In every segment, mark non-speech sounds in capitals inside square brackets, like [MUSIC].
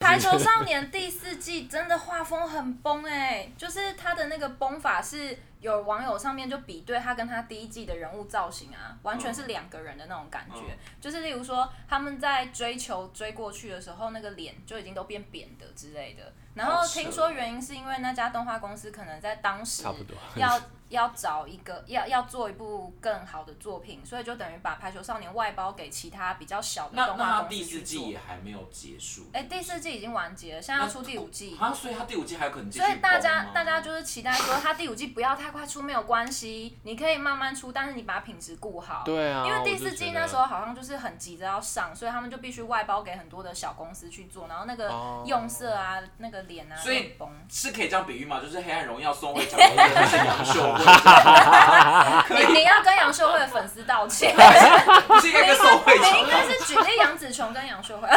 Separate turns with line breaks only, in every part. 排球少年》第四季真的画风很崩哎、就是他的那个崩法是有网友上面就比对他跟他第一季的人物造型啊，完全是两个人的那种感觉。
嗯
就是例如说他们在追求追过去的时候，那个脸就已经都变扁的之类的。然后
好扯
听说原因是因为那家动画公司可能在当时
差不多。
要要找一个要要做一部更好的作品，所以就等于把《排球少年》外包给其他比较小的
那
动
那
画
他
公司
第
去
四
做
季。也还没有结束
哎、第四季已经完结了，现在要出第五季，
啊，所以他第五季还有可能继续
所以大家
播吗
大家就是期待说，它第五季不要太快出没有关系，你可以慢慢出，但是你把品质顾好。
对啊，
因为第
我就
四季
觉得
那时候好像就是很急着要上，所以他们就必须外包给很多的小公司去做，然后那个
哦
用色啊、那个脸啊，
所以
很崩
是可以这样比喻吗？就是《黑暗荣耀》宋慧乔或者是杨秀慧这样，可
你
以
你要跟杨秀慧的粉丝道
[LAUGHS]
歉，
不是应该跟宋慧
你
乔
应，该是举例杨紫琼跟杨秀慧，啊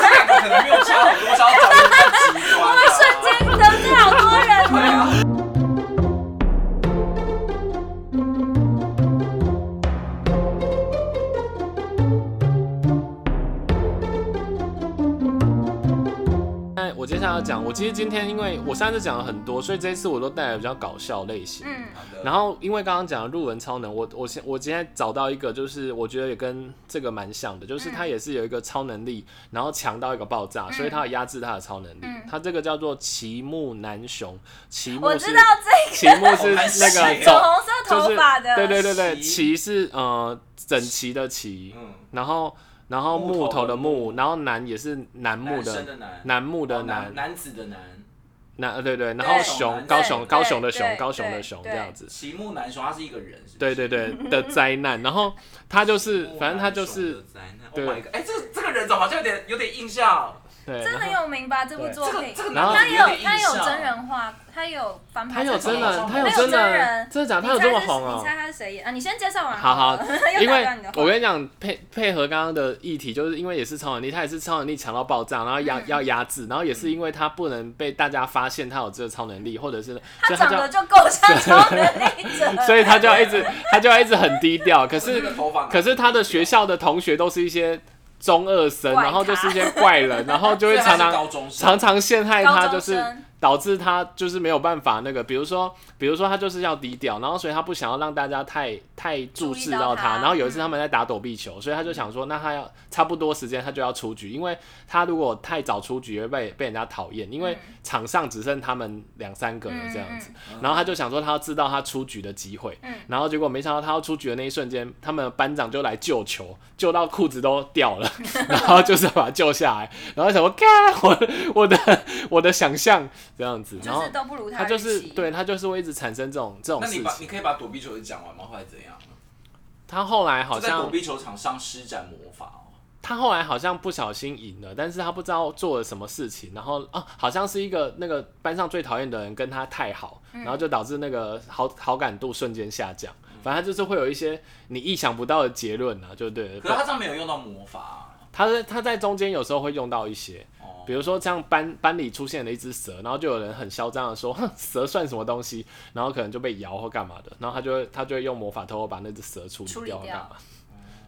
这两个可能没有差很多，差要找一个极端啊。
瞬间得罪好多人
对
呢。
啊，
那我接下来要讲，我其实今天因为我上次讲了很多，所以这一次我都带来比较搞笑类型。
嗯，
然后因为刚刚讲的入文超能，我我现我今天找到一个，就是我觉得也跟这个蛮像的，
嗯
就是他也是有一个超能力，然后强到一个爆炸，所以他有压制他的超能力
嗯。
他这个叫做奇木南雄，奇木
我
是
知道这
奇木是那个
粉
走，
红色
就是
头发的，
对对对对，
奇
奇是呃整齐的齐，
嗯，
然后然后木
木
头
头
的
的
木，
木
然后南也是楠木
男
的
生的男，
楠木的
哦
楠
男，男子的男，
那呃对对，然后熊高雄
对
高雄的熊
对
高雄的
对
熊这
对
样子，
奇木男雄，他是一个人，是不是
对对对的灾难，然后他就是
奇木男
反正他就是
雄的灾难
对
Oh my god，哎，这个这个人怎么好像有点有点印象？
对，
这
然
很
后
有名吧？这部
对
作品
这个这个，
然后
他
男
也
的
有
点
他也有
印象
真，人化，他也有翻拍
他
成
有
电
真
影，
人，他
他有
真
真人
人，
真的假的？他
你
有
猜
这么
是
红啊
你？猜他是谁演？啊，你先介绍完
好好
好 [LAUGHS] 了，又
因
打
为
断你的话
我跟你讲，配配合刚刚的议题，就是因为也是超能力，他也是超能力强到爆炸，然后
嗯
压、要压制，然后也是因为他不能被大家发现他有这个超能力，或者是所
他
以他
长
就
得
要，
就够像超能力者
[LAUGHS] 所以他就要一直他就要一直很低调。可
这
是
个头发，
可是他的学校的同学都是一些中二生，
怪咖啊
然后就是一些怪
[LAUGHS]
人，然后就
所
会
以他
常
是
常
高中生，
常常陷害他，
高中
就是
生，
导致他就是没有办法那个，比如说，比如说他就是要低调，然后所以他不想要让大家太太注视到
注意到他
然后有一次他们在打躲避球，所以他就想说，那他要差不多时间他就要出局，因为他如果太早出局会被被人家讨厌，因为
嗯
场上只剩他们两三个人这样子，
嗯嗯
然后他就想说他要制造他出局的机会，
嗯
然后结果没想到他要出局的那一瞬间，他们的班长就来救球，救到裤子都掉
[LAUGHS]
了，然后就是把他救下来，然后想说，看我我的我的想象这样子，然
就
后
是都不如
他
预
就是
期，
对他就是会一直产生这种这种
那
事
你把你
情。
可以把躲避球讲完吗？后来怎样？
他后来好
就在躲
像
避球场上施展魔法哦。
他后来好像不小心赢了，但是他不知道做了什么事情，然后啊，好像是一个那个班上最讨厌的人跟他太好，然后就导致那个好好感度瞬间下降。反正他就是会有一些你意想不到的结论啊，就
[LAUGHS]
对了
可。是他这样没有用到魔法啊、
他在他在中间有时候会用到一些，
哦，
比如说像班班里出现了一只蛇，然后就有人很嚣张的说， [LAUGHS] 哼，蛇算什么东西？然后可能就被咬或干嘛的，然后他就会他就会用魔法偷偷把那只蛇处
处理
理掉或
掉
干嘛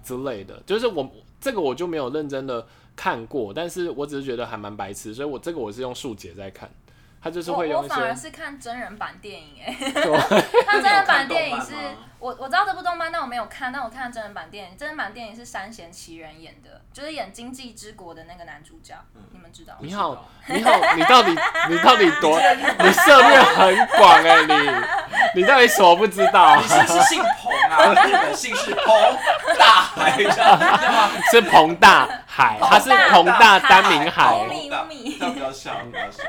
之类的。就是我这个我就没有认真的看过，但是我只是觉得还蛮白痴，所以我这个我是用速解在看，他就是会
我我
用一
反而
些
是看真人版电影哎、
对
[LAUGHS] 他真人版电影是
那你有看动漫吗
我我知道这部动漫，但我没有看，但我看真人版电影，真人版电影是山贤奇人演的，就是演《经济之国》的那个男主角，
嗯
你们知道吗？
你好 [LAUGHS] 你好你到底你到底多你涉猎很广哎、你你 [LAUGHS] 到底什么不知道啊
[LAUGHS]
你？是不是姓彭啊？日本姓氏彭大海，
[LAUGHS]
这样
是彭大海，他是彭大丹明
海哦
海。
五米
这样不要笑，不要笑。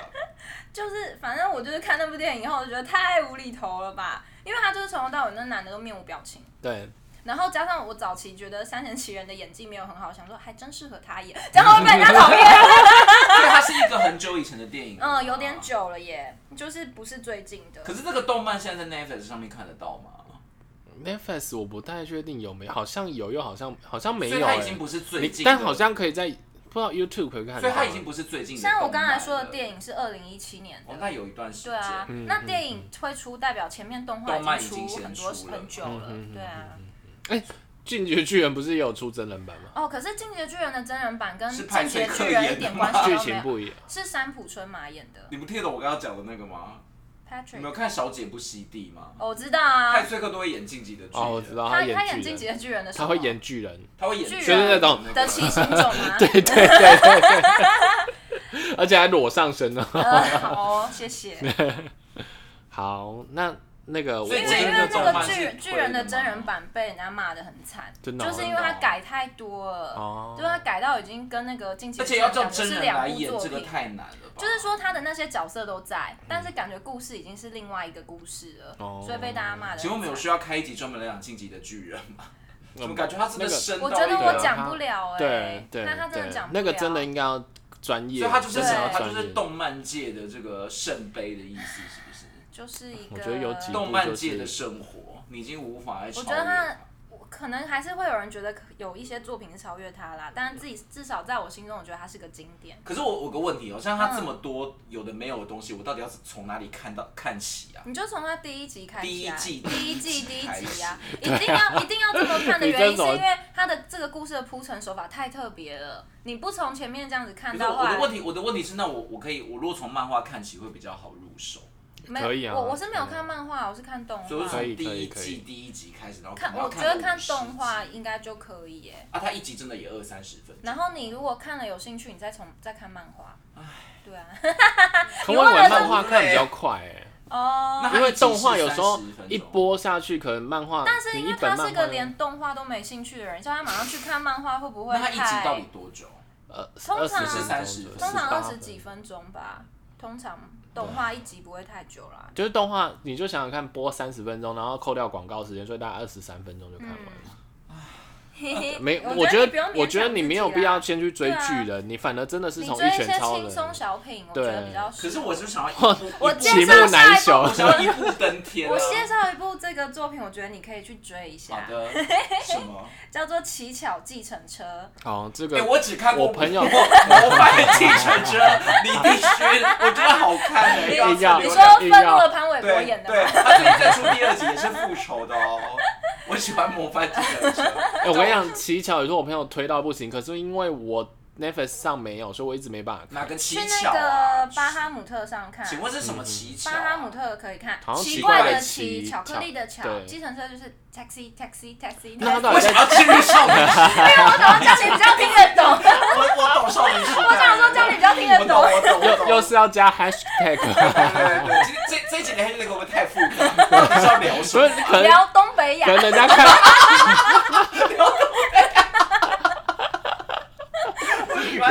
就是反正我就是看那部电影以后，我觉得太无厘头了吧，因为他就是从头到尾那男的都面无表情。
对，
然后加上我早期觉得山田奇人的演技没有很好，想说还真适合他
[LAUGHS]
演，这样会不会被人家讨厌。
所以它是一个很久以前的电影，
嗯，有点。久了耶，就是不是最近的
可。是这个动漫现在在 Netflix 上面看得到吗？
Netflix 我不太确定有没有，好像有，又好像好像没
所以
有、
它
欸。
已经不是最
你
近的，
但好像可以在不知道 YouTube 可以看得到。
所以它已经不是最近的动漫
像
了。
我刚才说的电影是二零一七年
哦，
的，
那有一段时间。
对啊，那电影推出代表前面动画
嗯动漫
已
已经
出
先
很多
出了
很久了
嗯嗯嗯，
对啊，
进击的巨人不是也有出真人版
[LAUGHS]
吗？
哦，可是《进击的巨人》的真人版跟《
是
进
派
击的
翠克
巨人》一点
啊
关系
剧
都没
情
有，
不一样，
是山浦春马演的
你不听懂我刚刚讲的那个吗？你没
Patrick。
有看《小姐不惜地》吗？
哦，我知道啊，
派翠克都会演晋级的剧，
哦，我知道
他
演
演《
巨
进击
人，
的巨人》的时
他
候，
会演巨人，
他会演
巨人
就是那种
的七星种啊。
对对对对对，而且还裸上身呢。
呃，好哦，谢谢。
[LAUGHS] 好，那那个我
所以
我
因为
真
这
那
的
个动
个
漫是
巨
推
巨人的
的吗
真人版被人家骂的很惨，
真的哦
就是因为他改太多了，
哦
对，他改到已经跟那个《进击
而
的巨
且
人
要》叫
感觉
真
是
人来
两部
演，
作
这个
品。
太难了吧？
就是说他的那些角色都在，但是感觉故事已经是另外一个故事了，
哦
所以被大家骂的。
请问我们有需要开一集专门来讲晋级的巨人吗？怎么感觉他真
那
的
个
深到
我
一
觉得我
个
讲不了哎、
嗯对对
那他真的
对
讲，不了。
那个真的应该要专业，
所以他就是
对
真的要
他
专
就是
业。
动漫界的这个圣杯的意思，是不是？
就是一个，
我觉得有几
动漫界的生活，你已经无法再超
我
越
觉得他
它。
可能还是会有人觉得有一些作品是超越他啦，但自己至少在我心中，我觉得他是个经典。
可是我有个问题哦，像
嗯
他这么多有的没有的东西，我到底要从哪里看到看起啊？
你就从他第一集开始、啊，
第一季
第一
[LAUGHS]
季第
第
一
一集
集啊，一定要一定要这么看的
你
原因，
[LAUGHS]
真
是
怎么
因
哦
为他的这个故事的铺陈手法太特别了，你不从前面这样子
可
看
是我
到后
我
来
的，问题，我的问题是，那我我可以，我如果从漫画看起会比较好入手，
没
可以啊
我我是没有
可以
看漫画，我是看动
所以我
画
是。
可以
从第
可以
一
可以
季第一集开始，然
哦
后
看，
到
我觉得看
50
动画
集
应该就可以耶。
啊，他一集真的也二三十分钟。
然后你如果看了有兴趣，你再从再看漫画。对啊。 [LAUGHS]
可我以为漫画看比较快哎、
哦。
那
因为动画有时候
它一集是30分钟
一播下去，可能漫画，
但是因
你一
为
本
他
漫
是
画
个连动画都没兴趣的人，叫他马上去看漫画会不会
那他一集到
太？
底多久？
呃
通
二十
常
分
是
钟左
通
30
右，
常
18
二十几分钟吧，通常动画一集不会太久啦。
就是动画，你就想想看，播三十分钟，然后扣掉广告时间，所以大概二十三分钟就看完了。
嘿嘿 [LAUGHS]
没，
嗯我
觉
你不用勉
得
强
我觉得你没有
自己
必
啦
要先去追
对啊
剧了，你反而真的是
你
从
追
一
一
拳
些
超
轻
人。
松小品，我觉得比较
可
适
是
合。
我是想要一
哇
步，
我
一步
介
极
绍
目
下一
难
部
求
我。想要一步登天啊。
我介绍一部这个作品，我觉得你可以去追一
好
下，
的，什么？
[LAUGHS]
叫做《乞巧计程车》。
好，哦这
哎，
个
我只看过
我朋
[LAUGHS]
友
模模范计程车，你必须，我觉得好看欸的，
定要
你
要
说
要
愤怒的潘玮柏
对
演的
对，
吗？
他最近在出第二集也是复仇的哦。我喜欢模范计程车，
[LAUGHS] 哎、我跟你讲，乞巧也是我朋友推到不行，可是因为我 Netflix 上没有，所以我一直没办法看。
哪个乞
去
巧
那
啊
个？巴哈姆特上看。
请问是什么乞巧
巴
啊？
哈姆特可以看，
好像奇
奇
怪
怪的
的
奇，
奇
巧克力的巧，
对
计程车就是 taxi taxi taxi。
那他到
我
底在
想要进入少女
[LAUGHS]
时代，
我想要叫你比较听得懂，
我我懂少女时代。
我想说叫你比较听得
我懂，
懂。
我懂，我懂。
又又是要加
哎
hashtag，
对对对，今天这这几年那个我们太复杂，到底是要聊什
所以
么？
可能
聊东北亚
可，能人家看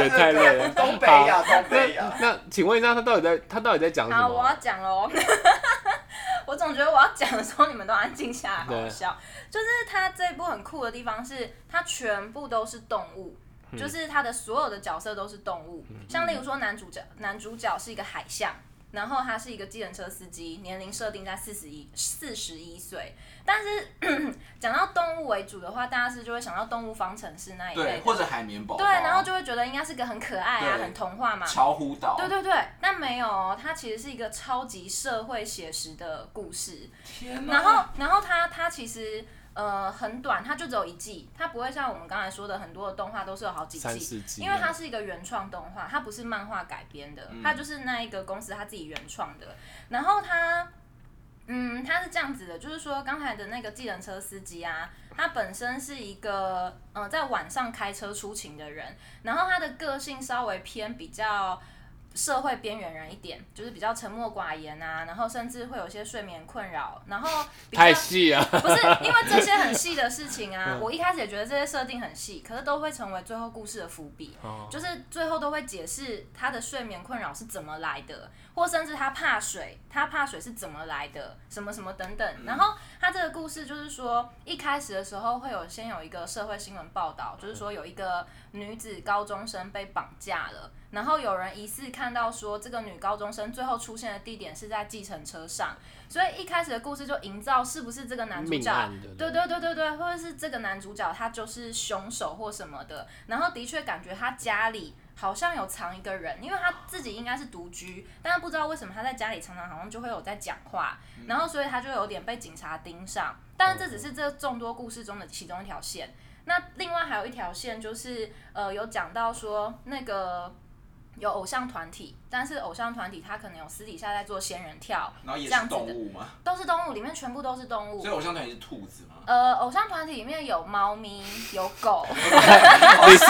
也太累了。
[LAUGHS] 东北亚，
好
东北亚。
那那请问一下，他到底在他到底在讲什
好，我要
么？
讲喽。 [LAUGHS] 我总觉得我要讲的时候，你们都安静下来，好好笑。就是它这一部很酷的地方是，它全部都是动物，
嗯
就是它的所有的角色都是动物。像例如说男主角，男主角是一个海象，然后他是一个计程车司机，年龄设定在四十一四十一岁。但是 [CLEARS THROAT] 讲到动物为主的话，大家是就会想到动物方程式那一类
对，
的，
或者海绵宝宝。啊
对，然后就会觉得应该是个很可爱啊，
对
很童话嘛，
巢湖岛。
对对对，但没有哦，它其实是一个超级社会写实的故事。
天哪
然后，然后它它其实呃很短，它就只有一季，它不会像我们刚才说的很多的动画都是有好几
三
季。
四集，
因为它是一个原创动画，它不是漫画改编的，它就是那一个公司它自己原创的。然后它，嗯，它是这样子的，就是说刚才的那个计程车司机啊，他本身是一个嗯、呃在晚上开车出勤的人，然后他的个性稍微偏比较。社会边缘人一点，就是比较沉默寡言啊，然后甚至会有些睡眠困扰，然后比较
太细了， [LAUGHS]
[LAUGHS] 不是因为这些很细的事情啊，我一开始也觉得这些设定很细，可是都会成为最后故事的伏笔，就是最后都会解释他的睡眠困扰是怎么来的，或甚至他怕水，他怕水是怎么来的，什么什么等等。然后他这个故事就是说，一开始的时候会有先有一个社会新闻报道，就是说有一个女子高中生被绑架了。然后有人疑似看到说，这个女高中生最后出现的地点是在计程车上，所以一开始的故事就营造是不是这个男主
命
角
案的，
对对对对对，或者是这个男主角他就是凶手或什么的，然后的确感觉他家里好像有藏一个人，因为他自己应该是独居，但是不知道为什么他在家里常常好像就会有在讲话，
嗯
然后所以他就有点被警察盯上。但是这只是这众多故事中的其中一条线。那另外还有一条线就是，呃，有讲到说那个有偶像团体，但是偶像团体他可能有私底下在做仙人跳，
然后也
这样
是
子的
动物嘛，
都是动物，里面全部都是动物
所以。偶像团体是兔子嘛。
呃，偶像团体里面有猫
[LAUGHS]
咪，有狗，
你
[LAUGHS]
是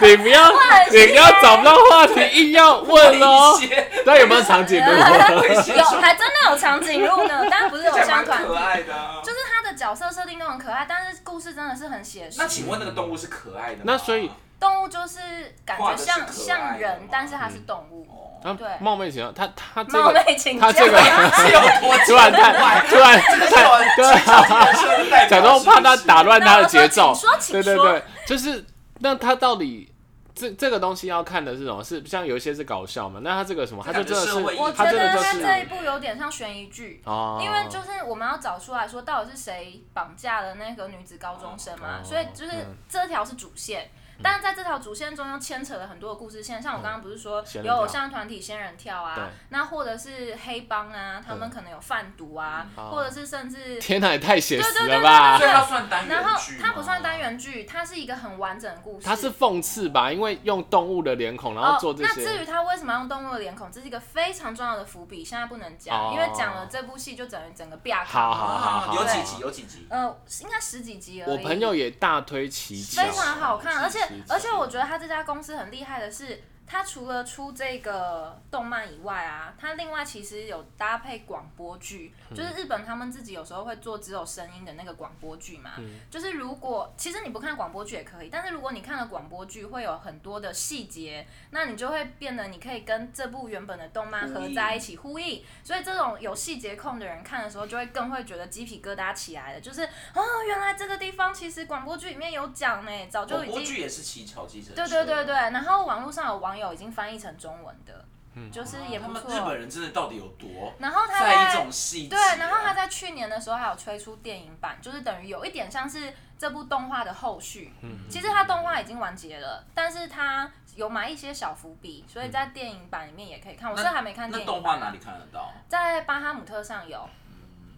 你不要你不要找不到话题，硬要问哦。
一些
那有没有长颈
[LAUGHS]
鹿？
有一些
有还真的有长颈鹿
[LAUGHS]
呢，当然不是偶
这样
像
蛮
团
可
体，
爱的啊。
就是它的角色设定都很可爱，但是故事真的是很写实
那。请问那个动物是可爱的吗？
那所以
动物就是感
画
觉
得是
像
可爱的
像人
嘛，
但是它是动物，
哦
啊
对
冒昧请教他他这
冒
个
昧请
他
教。
这个
是有多
突然
太
太突然
这个是我
太
职场人设的代表
假装怕他打乱他的节奏
那我说，请
对
说请
对对，就是那他到底这这个东西要看的是什么？是像有一些是搞笑嘛？那他这个什么，他就真的
这感觉社会
是
议题
我
他
觉
真的
得
就
它
是
这一部有点像悬疑剧。
哦，
因为就是我们要找出来说到底是谁绑架了那个女子高中生嘛，
哦
所以就是
嗯
这条是主线，但是在这条主线中又牵扯了很多的故事线，像我刚刚不是说
嗯仙人
有
跳
偶像团体仙人跳
对
啊，那或者是黑帮啊，他们可能有贩毒啊，
嗯
或者是甚至
天哪，也太写实了吧
所！以它算单元
然后
剧吗
它不算单元剧，它是一个很完整的故事。哦
他是讽刺吧？因为用动物的脸孔，然后做这
那至
些
于他为什么要用动物的脸孔，这是一个非常重要的伏笔，现在不能讲，
哦
因为讲了这部戏就整整个变
好好好
啊
好
有几
对
集？有几集？
呃，应该十几集而已。
我朋友也大推奇巧
非，常好看，而且
是是
而且我觉得他这家公司很厉害的是，他除了出这个动漫以外啊，他另外其实有搭配广播剧，
嗯
就是日本他们自己有时候会做只有声音的那个广播剧嘛。
嗯
就是如果其实你不看广播剧也可以，但是如果你看了广播剧，会有很多的细节，那你就会变得你可以跟这部原本的动漫合在一起呼应，所以这种有细节控的人看的时候，就会更会觉得鸡皮疙瘩起来了，就是哦，原来这个地方其实广播剧里面有讲呢，早就
广
已
播
经
剧也是乞巧计程车。
对对对对，然后网络上有网友已经翻译成中文的，就是也
哦他
不
们日
错
本。人真的到底有多
然后他
嗯在意这
在
种细节
对
啊？，
然后他在去年的时候还有推出电影版，就是等于有一点像是这部动画的后续。
嗯
其实它动画已经完结了，但是它有埋一些小伏笔，所以在电影版里面也可以看。我是还没看
嗯那
电
动
影
画
版，
哪里看得到？
在巴哈姆特上有。
嗯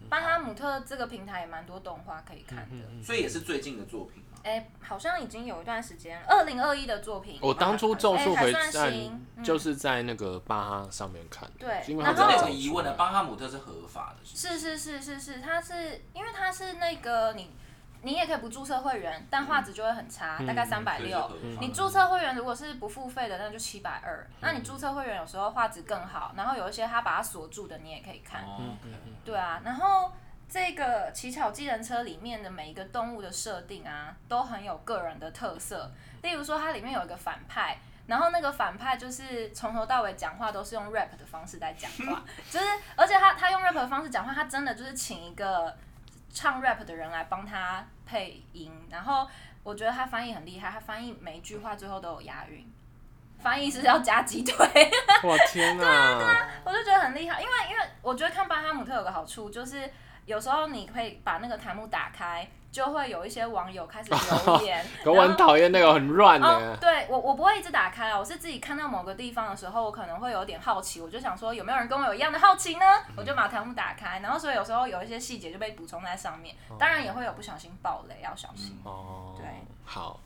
巴哈姆特这个平台也蛮多动画可以看的，
嗯所以也是最近的作品嘛。
哎、好像已经有一段时间，二零二一的作品，
我哦当初《咒
哎
术回
还
战
算行》嗯
就是在那个巴哈上面看的，
对
因为
我
他
然后
真的
真的
有
找
个疑问呢，
出来
巴哈姆特是合法的，是
是是是是是，它是因为它是那个你，你也可以不注册会员，但画质
嗯
就会很差，大概三百
不是所以是合
六。
法的
你注册会员如果是不付费的，那就七百二。那你
嗯
注册会员有时候画质更好，然后有一些它把它锁住的，你也可以看。
哦
对啊，然后这个乞巧机人车里面的每一个动物的设定啊，都很有个人的特色。例如说，它里面有一个反派。然后那个反派就是从头到尾讲话都是用 rap 的方式在讲话，就是而且他他用 rap 的方式讲话，他真的就是请一个唱 rap 的人来帮他配音，然后我觉得他翻译很厉害，他翻译每一句话最后都有押韵，翻译是要加鸡腿，
[LAUGHS]
哇天哪！，
我就觉得很厉害，因为因为我觉得看巴哈姆特有个好处，就是有时候你可以把那个弹幕打开，就会有一些网友开始留言
[LAUGHS] 可我很
然后
讨厌那个 [LAUGHS] 很乱
哦
的，，
对我我不会一直打开啊，我是自己看到某个地方的时候，我可能会有点好奇，我就想说有没有人跟我有一样的好奇呢？
嗯
我就把弹幕打开，然后所以有时候有一些细节就被补充在上面，当然也会有不小心爆雷，要小心。
哦
对，
好，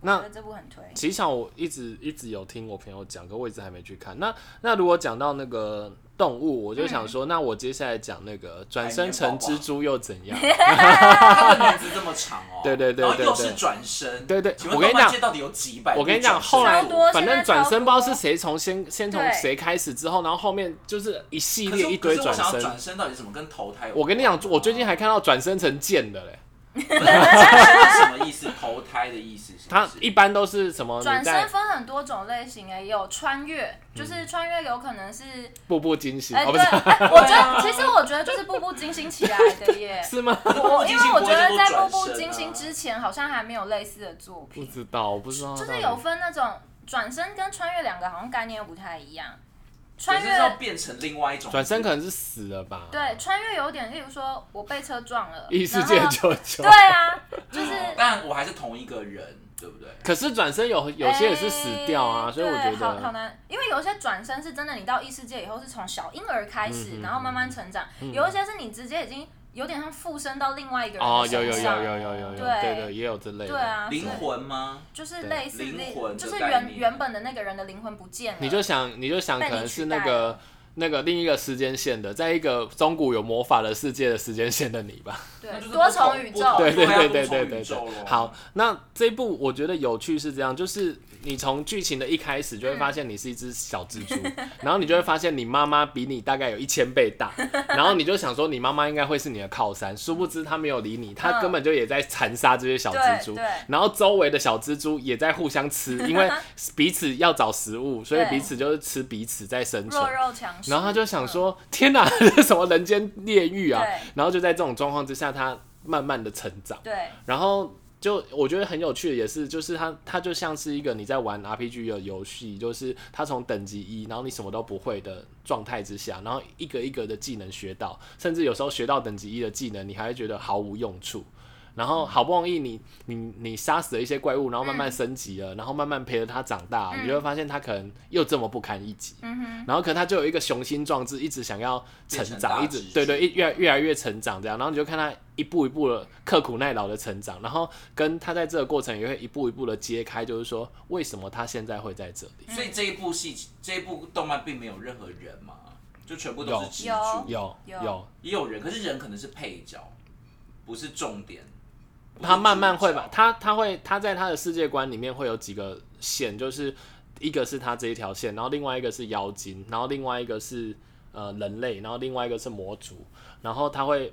我
那
觉得这部很推。
其实我一直一直有听我朋友讲，可我一直还没去看。那那如果讲到那个动物，我就想
嗯
说，那我接下来讲那个转身成蜘蛛又怎
[LAUGHS]
样？
他的名字这么长哦，
对对对对
然后又
对
是转身，
对对
请问
我跟你
动漫
讲
界到底有几百部
我跟你讲，
转身
后来
超多
反正
现在超
转身不知
多
道是谁从先先从谁开始之后，然后后面就是一系
可是
列一堆
可是我
转
想要
身。
转身到底怎么跟投胎有关？
我跟你讲，我最近还看到转身成剑的嘞。
什么意思？投胎的意思是不是？
它一般都是什么？
转
你
身
在
分很多种类型欸诶，也有穿越，
嗯
就是穿越有可能是，
步步惊心
哎、
哦，不
对，
是
哎我觉得其实我觉得就是步步惊心起来的耶。
[LAUGHS] [LAUGHS] 是吗？
我因为我觉得在步
步
步
步惊
惊
心
心
之
之前，好像还没有类似的作
啊不
品，
知道，我不知道。
就是有分那种转身跟穿越两个好像概念又不太一样。
转
穿
身是要
越
变成另外一种
转身可能是死了吧？
对，穿越有点，例如说我被车撞了，
异世
然
界
后
九九
对。啊，就是
但我还是同一个人。对不对？
可是转身 [LAUGHS] 有有些也是死掉啊，
哎
所以我觉
对好好
得
难，因为有一些转身是真的，你到异世界以后是从小婴儿开始，
嗯嗯嗯
然后慢慢成长；有一些是你直接已经有点像附身到另外一个人
哦
的，
有有
身上，
有有有有有，
对
对对，也有这类
对
的。
啊，
灵
所以
魂吗？
就是
对
类似
灵
那
魂的
就是
概
原
念
原本的那个人的灵魂不见了，
你就想，你就想，可能是那
被你取代
个那个另一个时间线的，在一个中古有魔法的世界的时间线的你吧。
那
对
就是
多
不同
重宇
不
宙，
同
对对
对啊
对对
多重
对
宇
对
宙咯
对。好，那这一部我觉得有趣是这样，就是你从剧情的一开始就会发现你是一只小蜘蛛，
嗯
然后你就会发现你妈妈比你大概有一千倍大，然后你就想说你妈妈应该会是你的靠山，殊不知她没有理你，
嗯
她根本就也在残杀这些小蜘蛛
对对。
然后周围的小蜘蛛也在互相吃，因为彼此要找食物，所以
对
彼此就是吃彼此在生存
弱。肉强嗯食。
然后他就想说：“天哪，这是什么人间炼狱啊
对！”
然后就在这种状况之下，他慢慢的成长。
对，
然后就我觉得很有趣的也是，就是它它就像是一个你在玩 RPG 的游戏，就是它从等级一，然后你什么都不会的状态之下，然后一个一个的技能学到，甚至有时候学到等级一的技能，你还会觉得毫无用处。然后好不容易你你你杀死了一些怪物，然后慢慢升级了，然后慢慢陪着它长大，你就会发现它可能又这么不堪一击。
嗯哼，
然后可能他就有一个雄心壮志，一直想要成
变成
长，
大
一直
蜘蛛
对对，一越来越来越成长这样。然后你就看他一步一步的刻苦耐劳的成长，然后跟他在这个过程也会一步一步的揭开，就是说为什么他现在会在这里。
所以这一部戏，这一部动漫并没有任何人嘛，就全部都是蜘
有
蛛，
有
有
有，
也有人，可是人可能是配角，不是重点。不是
他慢慢
主
会
角
把他他会他在他的世界观里面会有几个线，就是一个是他这一条线，然后另外一个是妖精，然后另外一个是呃人类，然后另外一个是魔族，然后他会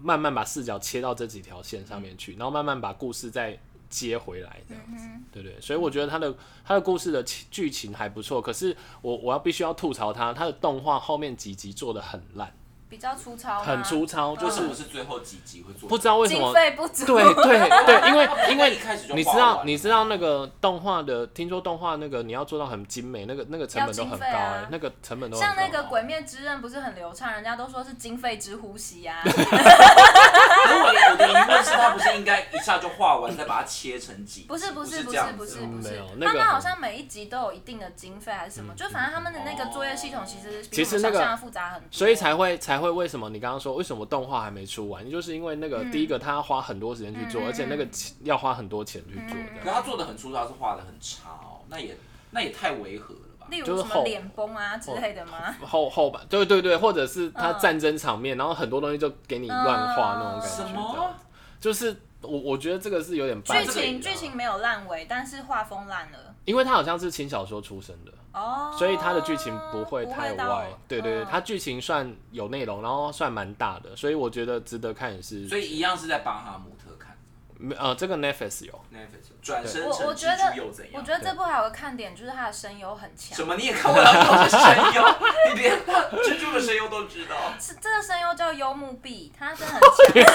慢慢把视角切到这几条线上面去，然后慢慢把故事再接回来这样子，对对，所以我觉得他的他的故事的情剧情还不错，可是我我要必须要吐槽他，他的动画后面几集做的很烂，
比较粗糙吗，
很粗糙，就
为什
嗯
是
么是最后几集会做？
不知道为什么
经费不足，
对对 [LAUGHS] 对，因为因为
一开始就
你知
画
道
完
你知道那个动画的，听说动画那个你要做到很精美，那个那个成本都很高
要经费啊
哎、那个成本都
[LAUGHS]
很
像
高。
那个《鬼灭之刃》不是很流畅，人家都说是经费之呼吸啊。
可是我的我的疑问是，他不是应该一下就画完，再把它切成几集？
不是不
是
是不
这
是
样
不
子
是
吗
不
嗯没
是
有，那
他们
个很嗯
好像每一集都有一定的经费还是什么，就反正他们的那个
嗯
作业系统其实比
其
我
实
们
那
想
个
象的复杂很多，
所以才会才会为什么你刚刚说为什么动画还没出完，就是因为那个、第一个他要花很多时间去做，
嗯嗯嗯
而且那个要花很多钱去做
可
的。
是他做的很粗糙，是画的很差哦，那也那也太违和了吧？
例如
就是
什么
后
脸崩啊之类的吗？
后后吧，对对对，或者是他
嗯
战争场面，然后很多东西就给你乱画那种感觉，
什
这样
么？
就是我我觉得这个是啊有点败
剧
类
情
的
剧情没有烂尾，但是画风烂了
因为他好像是轻小说出身的，
哦，
所以它的剧情不会太
到
歪，对对对，
嗯
它剧情算有内容，然后算蛮大的，所以我觉得值得看也是。
所以一样是在巴哈姆特看
没呃，这个 Netflix 有，
Netflix 转身
我
成
我觉得
蜘蛛又怎
我
样？
觉得这部还有个看点就是它的声优很强
什，么你也看不了我的声优？ [LAUGHS] 你连蜘蛛的声优都知道？
[LAUGHS]
是这个声优叫幽木碧，他真的很强，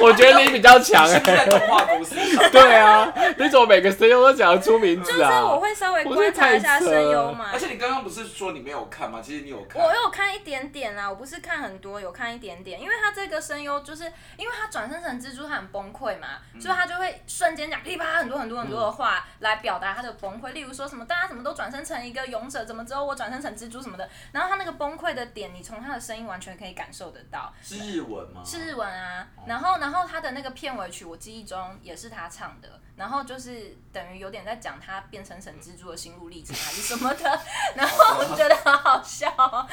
我觉得你比较强
你是
哎、
不是在动画公司上班？
[LAUGHS] 对啊，你怎么每个声优都讲得出名
就
字
是
啊？
我会稍微观察一下声优嘛
而。且你刚刚不是说你没有看吗？其实你有看。
我有看一点点啊啦，我不是看很多，有看一点点，因为他这个声优就是因为他转身成蜘蛛，他很崩溃嘛，所以他就会瞬间讲噼啪很多很多很多的话来表达他的崩溃，例如说什么大家怎么都转身成一个勇者，怎么只有我转身成蜘蛛什么的，然后他那个崩溃的点，你从他的声音完全可以感受得到，
是日文吗？
是日文啊，然后然后他的那个片尾曲，我记忆中也是他唱的，然后就是等于有点在讲他变成神蜘蛛的心路历程还是什么的，然后我觉得好好笑、哦，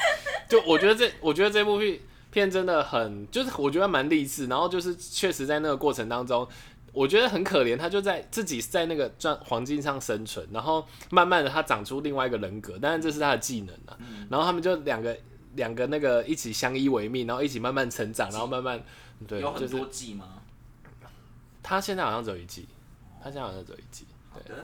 就我觉得这，我觉得这部片片真的很，就是我觉得蛮励志，然后就是确实在那个过程当中。我觉得很可怜，他就在自己在那个钻黄金上生存，然后慢慢的他长出另外一个人格，当然这是他的技能啊。
嗯
然后他们就两个两个那个一起相依为命，然后一起慢慢成长，然后慢慢对，
有
就
很
是
多季吗？
他现在好像只有一季，他现在好像只有一季。
好的，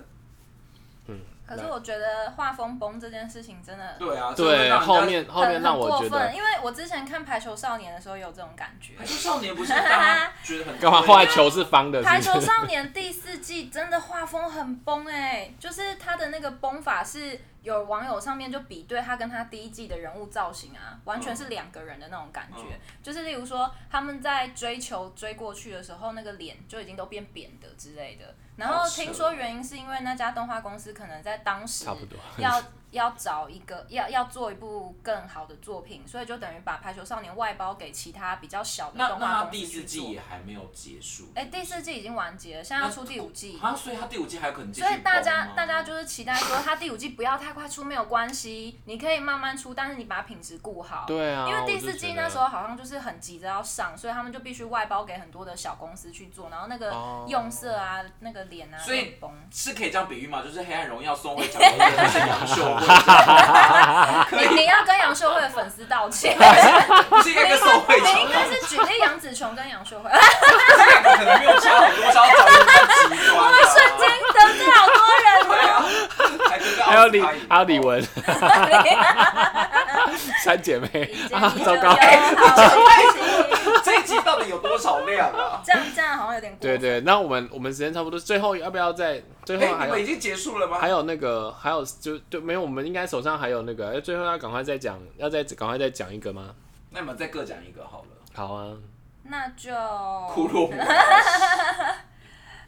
可是我觉得画风崩这件事情真的
对啊，这会让
对，
人家
后面后面
很
让我觉
很过分，
得
因为我之前看《排球少年》的时候有这种感觉，
排球少年不是大家觉得很
[LAUGHS]
啊
干嘛？后来球是方的，
《排
是
球
不是？
欸少年》第四季真的画风很崩哎、就是他的那个崩法是有网友上面就比对他跟他第一季的人物造型啊，完全
嗯
是两个人的那种感觉。
嗯
就是例如说他们在追求追过去的时候，那个脸就已经都变扁的之类的。然后
好扯
听说原因是因为那家动画公司可能在当时
差不多。
要要找一个要要做一部更好的作品，所以就等于把《排球少年》外包给其他比较小的
那
动
那
画
他
公司
第
去
四
做
季。也还没有结束
哎、第四季已经完结了，现在要出第五季。
啊，所以他第五季还有可能继续
所以大家
播吗
大家就是期待说，它第五季不要太快出没有关系，你可以慢慢出，但是你把品质顾好。
对啊，
因为第
我就
四季
觉得
那时候好像就是很急着要上，所以他们就必须外包给很多的小公司去做，然后那个
哦
用色啊、那个脸啊，
所以
都崩
是可以这样比喻吗？就是《黑暗荣耀》
[LAUGHS]
送回角落的那是杨秀慧，可
你
以
你要跟杨秀慧的粉丝
[LAUGHS]
道歉，
不是应该跟宋慧
你
乔
应，该是举例杨紫琼跟杨秀慧，啊
这两个可能没有差很多，只要找一个极端啊，
瞬间得罪好多
对啊，还跟个
[LAUGHS] 还有
奥斯
李
卡影
还有李玟
啊
[LAUGHS] 啊
人。
[LAUGHS] 三姐妹
已经
啊，糟
[LAUGHS]
糕。
糕，
这一集到底有多少量啊？
这样这样好像有点过
对
分。
对，那我们我们时间差不多，最后要不要再最后
哎，
还
你
有
们已经结束了吗？
还有那个，还有就就没有，我们应该手上还有那个，哎最后要赶快再讲，要再赶快再讲一个吗？
那你们再各讲一个好了，
好啊，
那就哦
骷髅舞。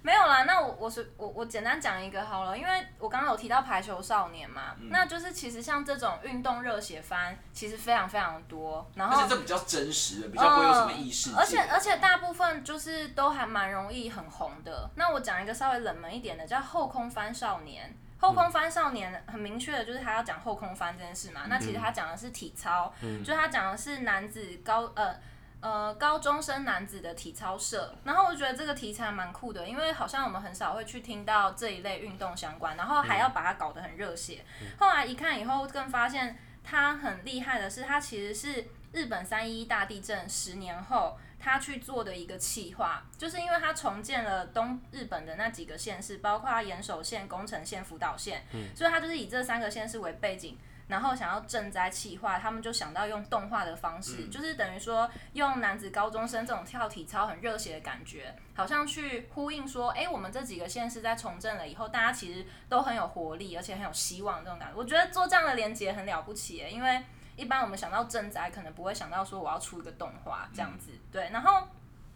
没有啦，那我我是我我简单讲一个好了，因为我刚刚有提到排球少年嘛，
嗯
那就是其实像这种运动热血番，其实非常非常多，然
而
后
且这比较真实的，比较不会有什么意识、
嗯而且而且大部分就是都还蛮容易很红的。那我讲一个稍微冷门一点的，叫《后空翻少年》。后空翻少年很明确的就是他要讲后空翻这件事嘛。那其实他讲的是体操，就是他讲的是男子高呃。呃，高中生男子的体操社，然后我觉得这个题材蛮酷的，因为好像我们很少会去听到这一类运动相关，然后还要把它搞得很热血。后来一看以后，更发现他很厉害的是，他其实是日本三一一大地震十年后，他去做的一个企划，就是因为他重建了东日本的那几个县市，包括岩手县、宫城县、福岛县，所以他就是以这三个县市为背景。然后想要赈灾企划，他们就想到用动画的方式，就是等于说用男子高中生这种跳体操很热血的感觉，好像去呼应说，哎，我们这几个县市在重振了以后，大家其实都很有活力，而且很有希望这种感觉。我觉得做这样的连接很了不起耶，因为一般我们想到赈灾，可能不会想到说我要出一个动画这样子。
嗯
对，然后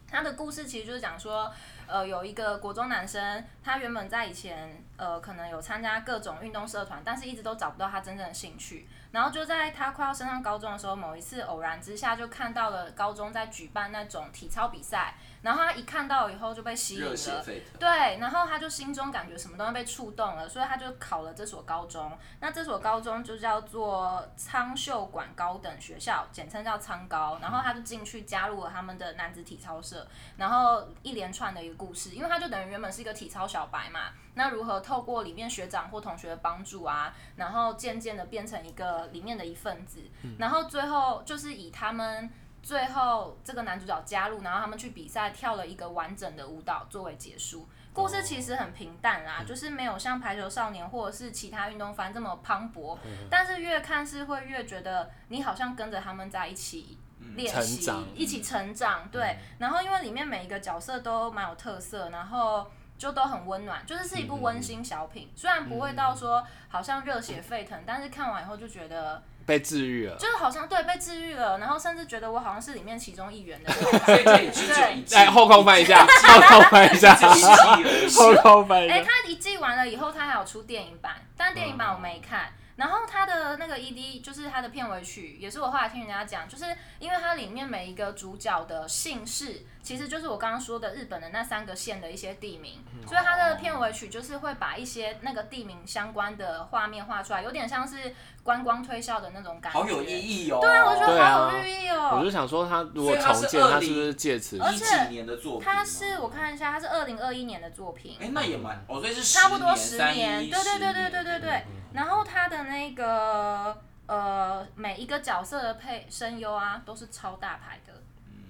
他的故事其实就是讲说，呃，有一个国中男生，他原本在以前呃可能有参加各种运动社团，但是一直都找不到他真正的兴趣。然后就在他快要升上高中的时候，某一次偶然之下就看到了高中在举办那种体操比赛，然后他一看到以后就被吸引
热血
了，
沸 [LAUGHS] 腾。
对，然后他就心中感觉什么东西被触动了，所以他就考了这所高中。那这所高中就叫做仓秀馆高等学校，简称叫仓高。然后他就进去加入了他们的男子体操社，然后一连串的一个故事，因为他就等于原本是一个体操小白嘛，那如何透过里面学长或同学的帮助啊，然后渐渐的变成一个里面的一份子，然后最后就是以他们。最后，这个男主角加入，然后他们去比赛，跳了一个完整的舞蹈作为结束。故事其实很平淡
哦
啦，就是没有像排球少年或者是其他运动番这么磅礴，
嗯
但是越看是会越觉得你好像跟着他们在一起练
成
习
长，嗯
一起成长。对，然后因为里面每一个角色都蛮有特色，然后。就都很温暖，就是是一
嗯
部温馨小品，虽然不会到说好像热血沸腾，但是看完以后就觉得，
被治愈了。
就是好像对被治愈了，然后甚至觉得我好像是里面其中一员
[LAUGHS]
的那种感觉。
所以这也是只有一季，
来哎后空翻一下，后空翻一
[LAUGHS]
下，
只有一季而已。
后空翻一
哎、
下。
他一季完了以后，他还有出电影版，但电影版我没看。然后他的那个 ED 就是他的片尾曲，也是我后来听人家讲，就是因为它里面每一个主角的姓氏，其实就是我刚刚说的日本的那三个县的一些地名，
嗯
所以它的片尾曲就是会把一些那个地名相关的画面画出来，有点像是观光推销的那种感觉。
好有意
义。
义哦。
对啊，我觉
对
得
啊
好有寓意哦、
我就想说，他
所
如果
以他
重
是
建，
20
他是不是借此？
而
一
且
几年的作品吗，
它是我看一下，它是二零二一年的作品。
哎，那也蛮，哦，所以是
差不多十
十
年，对对对对对
嗯
对对。然后他的那个呃，每一个角色的配声优啊，都是超大牌的。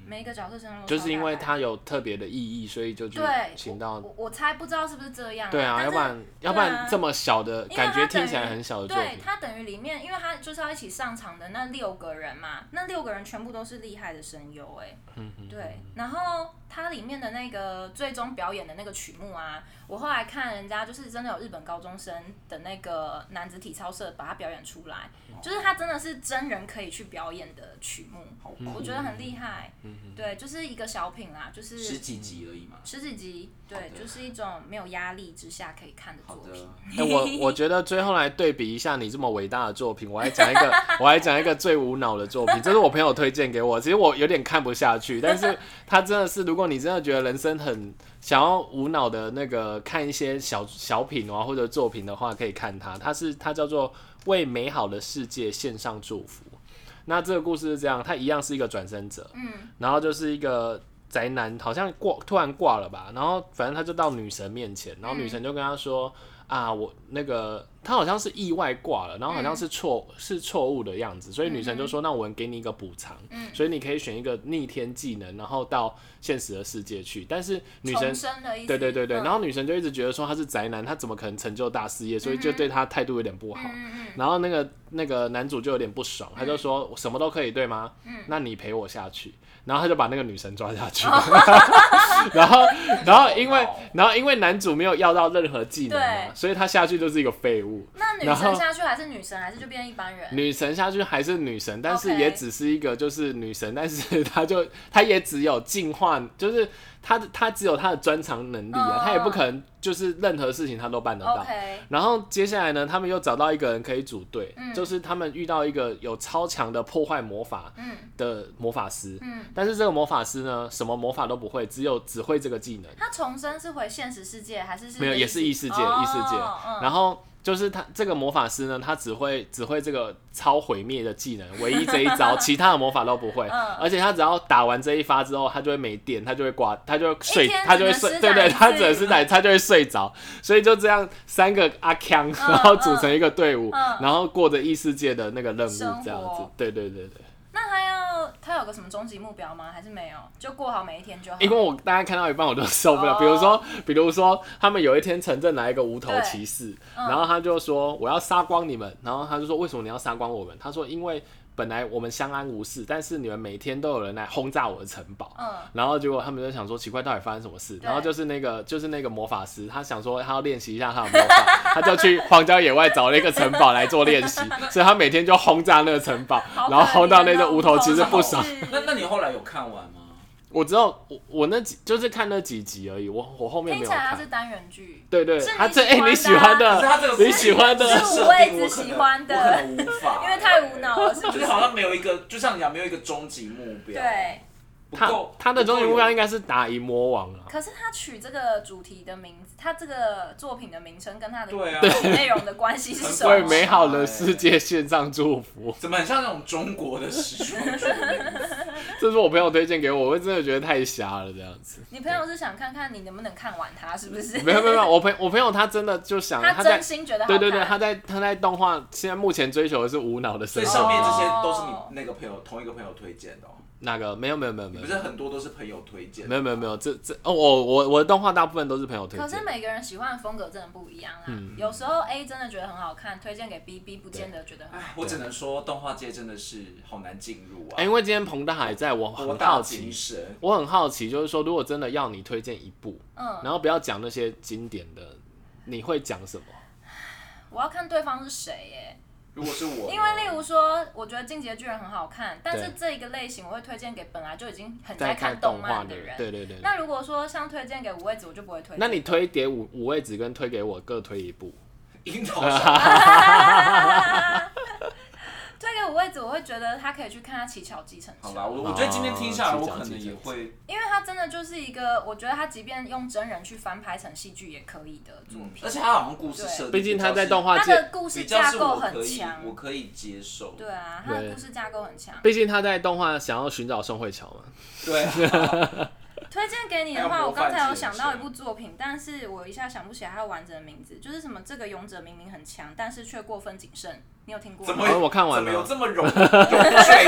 每一个角色深入，
嗯就是因为它有特别的意义，所以就去
对
请到。
我我猜不知道是不是这样，
对啊，
但
要
是啊
不然要不然这么小的
因为
感
它
觉
等
听起来
于
很小的作
对
品，
他等于里面，因为他就是要一起上场的那六个人嘛，那六个人全部都是厉害的声优哎，
嗯
对。然后它里面的那个最终表演的那个曲目啊，我后来看人家就是真的有日本高中生的那个男子体操社把它表演出来，就是他真的是真人可以去表演的曲目，
好
嗯
酷
我觉得很厉害。对，就是一个小品啦，就是
十几集而已嘛。
十几集，
好
对，
的
就是一种没有压力之下可以看的
好
作
的，
品。
哎、我我觉得最后来对比一下你这么伟大的作品，我还讲一个，我还讲一个最无脑的作品，这是我朋友推荐给我，其实我有点看不下去，但是他真的是，如果你真的觉得人生很想要无脑的那个看一些小小品啊或者作品的话，可以看它，它是它叫做《为美好的世界献上祝福》。那这个故事是这样，他一样是一个转身者，
嗯，
然后就是一个宅男，好像挂突然挂了吧，然后反正他就到女神面前，然后女神就跟他说、啊，我那个他好像是意外挂了，然后好像是错、是错误的样子，所以女神就说、那我们给你一个补偿，
嗯
所以你可以选一个逆天技能，然后到现实的世界去，但是女神
重生的意思。
对对对对，
嗯
然后女神就一直觉得说他是宅男，他怎么可能成就大事业，所以就对他态度有点
嗯
不好。然后那个那个男主就有点不爽，他就说我什么都可以对吗？
嗯
那你陪我下去。然后他就把那个女神抓
[LAUGHS]
下去， [LAUGHS] 然后然后因为然后因为男主没有要到任何技能嘛，
对
所以他下去就是一个废物。
那女
然后
神下去还是女神，还是就变一般人？
女神下去还是女神，但是
OK
也只是一个就是女神，但是 [LAUGHS] 她就她也只有进化，就是她她只有她的专长能力啊
嗯，
她也不可能就是任何事情她都办得到。
OK，
然后接下来呢，他们又找到一个人可以组队，
嗯
就是他们遇到一个有超强的破坏魔法
嗯
的魔法师，
嗯，
但是这个魔法师呢，什么魔法都不会，只有只会这个技能。
她重生是回现实世界还是是
没有，也是异世界，
哦
异世界。
嗯
然后就是他这个魔法师呢，他只会只会这个超毁灭的技能，唯一这一招，其他的魔法都不会。
嗯
而且他只要打完这一发之后，他就会没电，他就会挂，他就会睡
一天，
他就会
只能
睡，
施
对
展
对，
一次
他只能是打，他就会睡着。所以就这样，三个阿康，然后组成一个队伍，
嗯
然后过着异世界的那个任务，这
生
样
活
子。对对对对。
那她要她有个什么终极目标吗？还是没有？就过好每一天就好。
因为我大家看到一半我都受不了，
哦
比如说，比如说他们有一天城镇来一个无头骑士，
嗯
然后他就说我要杀光你们，然后他就说为什么你要杀光我们？他说因为本来我们相安无事，但是你们每天都有人来轰炸我的城堡。
嗯
然后结果他们就想说奇怪，到底发生什么事？
对
然后就是那个就是那个魔法师，他想说他要练习一下他的魔法，他就去荒郊野外找了一个城堡来做
[LAUGHS]
练习，所以他每天就轰炸那个城堡，
哦好可怜哦
然后轰到那个无头骑士不爽。
是
[LAUGHS]
那那你后来有看完吗？
我知道，我我那几就是看那几集而已，我我后面
听
没有
起来它是
看。
单元剧，
对对，
是你
他最
喜欢
你
的啊
可是
喜欢的，
他这个
呃你喜欢的
这个设定
是我一直
可能
喜欢的
我可能无法，
因为太无脑了，是不
就
[LAUGHS]
是
是？
啊
好像没有一个，就像你讲，没有一个终极目标。
对，
不
他
够，
他的终极目标应
该
该是打赢魔王啊。
可是他取这个主题的名字，他这个作品的名称跟他的
对啊，
内容的关系是什
为
对
么？
美好的世界献上祝福，
怎么很像那种中国的时装剧？
[LAUGHS] 这是我朋友推荐给我，我真的觉得太瞎了这样子。
你朋友是想看看你能不能看完它，是不是？
没有没有没有，我朋我朋友他真的就想
他
在
真心觉得好
对
看。
对对，他在他在动画现在目前追求的是无脑的
所
生
以
活
上。面这些都是你那个朋友同一个朋友推荐的哦，
那个没有没有没有没
你
有
不是很多都是朋友推荐的
没有没有没有，这这哦我我我的动画大部分都是朋友推
可
荐嗯
是。每个人喜欢的风格真的不一样啦。有时候 A 真的觉得很好看，推荐给 B，B 不见得觉得很好
唉我只能说动画界真的是好难进入啊，
哎因为今天彭大海在，我
博
很
大
好奇
精，深。
我很好奇，就是说，如果真的要你推荐一部，
嗯，
然后不要讲那些经典的，你会讲什么？
我要看对方是谁耶、
如果是我，
因为例如说，我觉得《进击的巨人》很好看，但是
对
这一个类型我会推荐给本来就已经很
在
看
动画
漫人。
对对对。
那如果说像推荐给五位子，我就不会推荐。
那你推给五五位子跟推给我各推一部，
樱桃小
推给五位子，我会觉得他可以去看他《乞巧计程车
好》啦，我我觉得今天听下来，
哦
我可能也会
因为他真的就是一个，我觉得他即便用真人去翻拍成戏剧也可以的作
嗯
品，，
而且它好像故事设
嗯
定，
毕竟他在动
他
画界，
的故事
比较
架
是
构
我
很
可以
强，
我可以接受。
对啊，他
对
的故事架构很强。
毕竟他在动画想要寻找宋慧乔嘛。
对啊，
推荐给你的
还
话，
有
我
模范
刚才有
精
想到一
神
部作品，但是我一下想不起来它完整的名字，就是什么这个勇者明明很强，但是却过分谨慎，你有听过
怎么
[LAUGHS]
吗？
会、
哦我看
怎
完
么
了
有这么容容水的？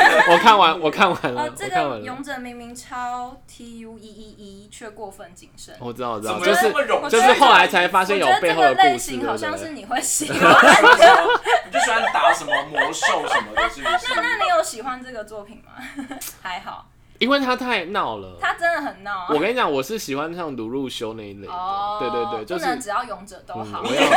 [LAUGHS] 我
[LAUGHS]
看完，我看完了，
呃，
我
这
看
个
完了
勇，者明明超 T U E E E，却过分谨慎。
我知道，我知
怎
道，
么
就
有
是
这么容
我
易？
觉
就
得
是后来才发
我
现哦有
觉得
背
这
后的
个类
故事，
型
对
好
不
像是
对？
你会
[LAUGHS]
喜欢，
你就喜欢打什么魔兽什么的，是不是？
[LAUGHS] 那你有喜欢这个作品吗？ [LAUGHS] 还好，
因为他太闹了。
它真的很闹啊。
我跟你讲，我是喜欢像鲁路修那一类
哦
的，，对对对，就
不
是
能只要勇者都
嗯
好。
我
鲁
要我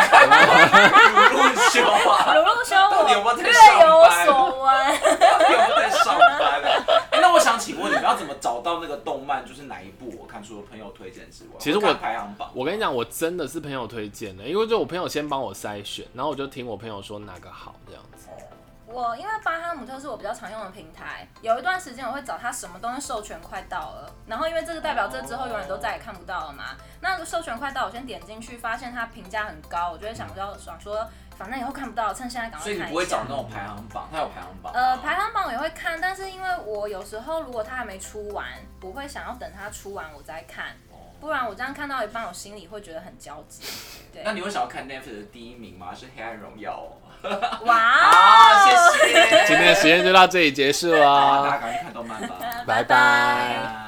路修啊，
鲁修
到
我
底有没有在
略
上
有
班
所闻。
到底有没有在上班啊？哎、那我想请问你们要怎么找到那个动漫？就是哪一部？我看除了朋友推荐之外，
其实我
会看排行榜，
我跟你讲，我真的是朋友推荐的，因为就我朋友先帮我筛选，然后我就听我朋友说哪个好这样
哦
子。
我因为巴哈姆特是我比较常用的平台，有一段时间我会找他什么东西授权快到了，然后因为这个代表这之后永远都再也看不到了嘛。那授权快到，我先点进去，发现它评价很高，我就会想不到想说，反正以后看不到，趁现在赶快
所以你
看
不
一
会找
下。
那种排行榜，它有排行榜吗。
呃，排行榜我也会看，但是因为我有时候如果它还没出完，我会想要等它出完我再看，
哦
不然我这样看到一半，我心里会觉得很焦 [LAUGHS] 急。对
那，你会想要看 Netflix 的第一名吗？是《黑暗荣耀》哦。
哇
啊，谢谢。
今天的时间就到这里结束
大
啦，
家赶快去看动漫吧，
[LAUGHS] 拜
拜
拜
拜
拜。